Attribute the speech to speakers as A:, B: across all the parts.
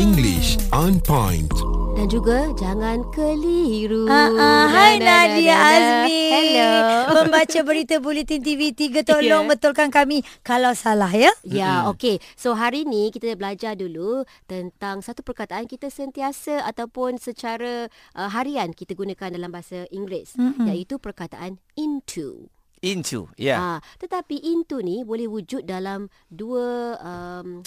A: Fresh on point.
B: Dan juga jangan keliru.
C: Ah, ah. Hai Nadia Azmi.
B: Hello.
C: Pembaca berita Bulletin TV3 tolong
B: Ya.
C: betulkan kami kalau salah ya.
B: Ya, mm-hmm. okey. So hari ni kita belajar dulu tentang satu perkataan kita sentiasa ataupun secara uh, harian kita gunakan dalam bahasa Inggeris mm-hmm. iaitu perkataan into.
D: Into, yeah.
B: Ah, tetapi into ni boleh wujud dalam dua um,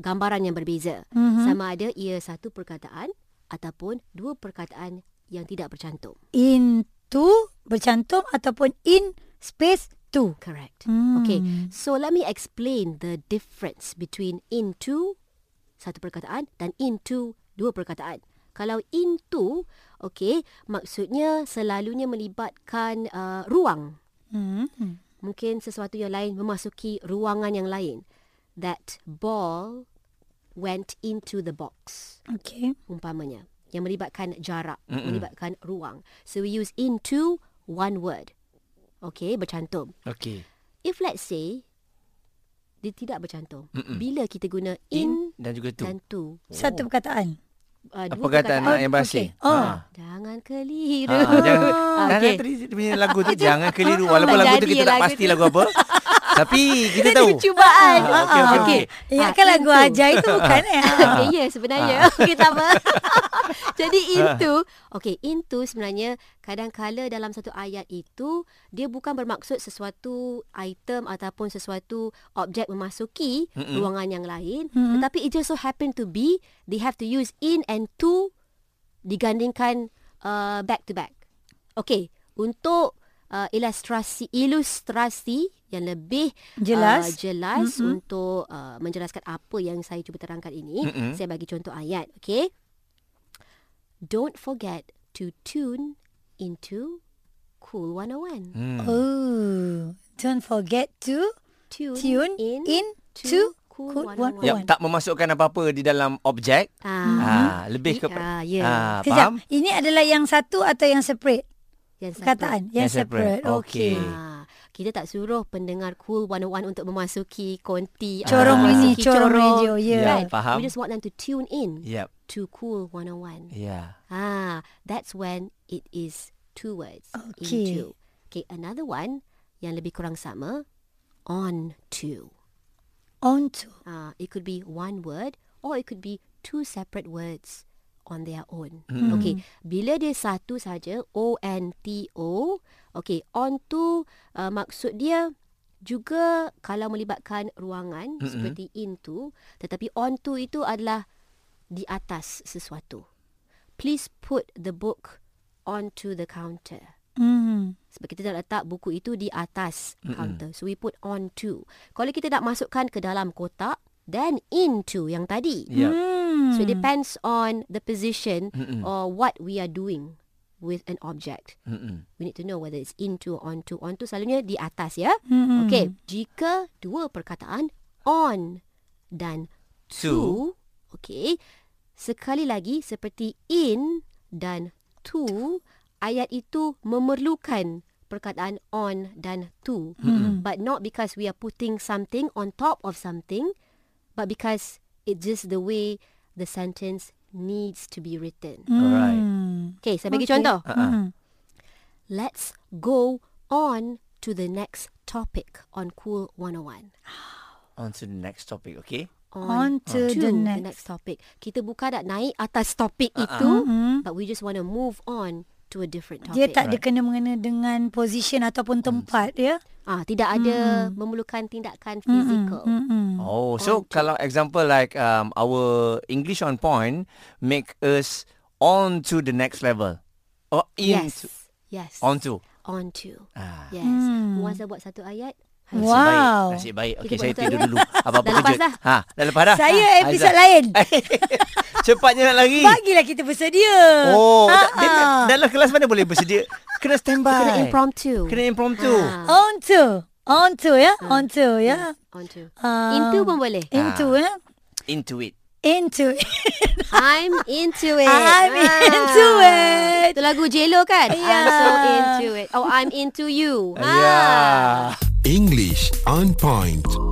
B: gambaran yang berbeza. Mm-hmm. Sama ada ia satu perkataan ataupun dua perkataan yang tidak bercantum.
C: Into bercantum ataupun in space to.
B: Correct.
C: Hmm.
B: Okay, so let me explain the difference between into satu perkataan dan into dua perkataan. Kalau into, okay, maksudnya selalunya melibatkan uh, ruang.
C: Hmm.
B: mungkin sesuatu yang lain memasuki ruangan yang lain. That ball went into the box,
C: Okay.
B: umpamanya. Yang melibatkan jarak, Mm-mm. melibatkan ruang. So we use into one word. Okay, bercantum.
D: Okay.
B: If let's say, dia tidak bercantum. Mm-mm. Bila kita guna in,
D: Dan juga
B: in
D: tu.
B: dan to.
C: Satu perkataan.
B: Uh, dua
D: Perkataan anak yang
C: okey.
D: berasing.
C: Oh.
D: Ha.
B: Jangan keliru. Ah,
D: Ha, jangan, okay.
B: Okey.
D: tadi dia punya lagu tu jangan keliru walaupun
B: Tak
D: lagu tu
B: jadi
D: kita
B: lagu
D: tak
B: tu.
D: pasti lagu apa. Tapi kita tahu.
B: Cubaan.
D: Ah, okey, okey, okey. Ah.
C: Ya,
B: Ah,
C: kan lagu
B: into.
C: ajaib itu bukan eh.
B: Okay, ya sebenarnya. Okey, tak apa. Jadi
D: Ah.
B: into, okey, into sebenarnya kadang-kala dalam satu ayat itu dia bukan bermaksud sesuatu item ataupun sesuatu objek memasuki Mm-mm. ruangan yang lain, Mm-mm.
C: Mm-hmm. Hmm,
B: tetapi it just so happen to be they have to use in and to digandingkan uh, back to back. Okey, untuk uh, ilustrasi ilustrasi yang lebih uh,
C: Jelas.
B: jelas mm-hmm. untuk uh, menjelaskan apa yang saya cuba terangkan ini, mm-hmm. saya bagi contoh ayat, okey? Don't forget to tune into Cool 101.
D: Hmm.
C: Oh, don't forget to
B: Tune,
C: tune in, in to
B: Cool
C: Cool
B: 101.
D: Ya, tak memasukkan apa-apa di dalam objek.
B: Ah,
C: Mm-hmm.
D: Ha, lebih ke
B: Ah, ya.
D: Ah, faham?
C: Kejap, ini adalah yang satu atau yang separate?
B: yang separate.
C: Perkataan. Yang,
D: Yang separate.
C: separate. Okey.
D: Okey.
B: Ah, kita tak suruh pendengar Cool 101 untuk memasuki konti
C: Corong
B: atau
C: ini,
B: memasuki
C: corong radio. Ya.
D: Ya. faham.
B: We just want them to tune in
D: Yep.
B: to Cool 101.
D: Yeah.
B: Ah, that's when it is two words.
C: Okay.
B: Into. Okay, another one yang lebih kurang sama, on to.
C: On to.
B: Uh, it could be one word or it could be two separate words on their own. Okay, bila dia satu saja, O N T O. Okay, on to uh, maksud dia juga kalau melibatkan ruangan mm-hmm. seperti into, tetapi on to itu adalah di atas sesuatu. Please put the book onto the counter.
C: Hmm.
B: Sebab kita dah letak buku itu di atas mm counter. So we put on to. Kalau kita nak masukkan ke dalam kotak, then into yang tadi.
D: Yep.
C: Hmm.
B: So it depends on the position Mm-mm. or what we are doing with an object.
D: Mm-mm.
B: We need to know whether it's into or onto. Onto selalunya di atas ya.
C: Mm-mm.
B: Okay, jika dua perkataan on dan to, okay, sekali lagi seperti in dan to, ayat itu memerlukan perkataan on dan to. Mm-hmm. But not because we are putting something on top of something, but because it's just the way the sentence needs to be written. Mm.
D: Alright.
B: Okay, saya bagi
C: Okay. Mm-hmm.
B: contoh.
D: Uh-uh.
B: Let's go on to the next topic on Cool 101.
D: On to the next topic, okay?
C: On
B: Ah.
C: to
B: to the
C: the next.
B: next topic. Kita bukan nak naik atas topik
C: Ah,
B: uh-uh. itu, but we just want to move on to a different topic.
C: mm-hmm. Dia tak ada kena-mengena dengan position ataupun tempat ya.
B: ah tidak ada
C: Mm-hmm.
B: memerlukan tindakan fizikal.
C: Hmm.
B: Mm.
D: Oh, so kalau example like um, our English on point make us on to the next level. Or in
B: Yes. Yes.
D: on to.
B: On to.
D: Ah.
B: Yes. Muaz
C: Mm.
B: dah buat satu ayat.
D: Nasib
C: Wow.
D: baik, nasib baik. Okey,
B: Kita
D: saya
B: buat
D: tidur
B: satu
D: dulu. Apa-apa
B: Dah lepas
D: kejut.
B: dah?
D: Ha, dah lepas dah.
C: Saya episod
D: Aizah.
C: lain.
D: Cepatnya nak lari.
C: Bagilah kita bersedia.
D: Oh,
C: Ha,
D: da- dia,
C: ha.
D: dalam kelas mana boleh bersedia? Kena standby.
B: Kena impromptu.
D: Kena impromptu.
B: Ah,
C: On to. On to ya. On to ya.
B: on to.
C: Ah.
B: Into pun boleh.
C: Into ya.
D: Into it.
C: Into.
B: I'm into it. Ah.
C: I'm into it. Ya.
B: Itu lagu J-Lo kan? I'm so
C: Yeah.
D: Ya.
B: into it. Oh, I'm into you. Ah.
D: Yeah.
A: English on point.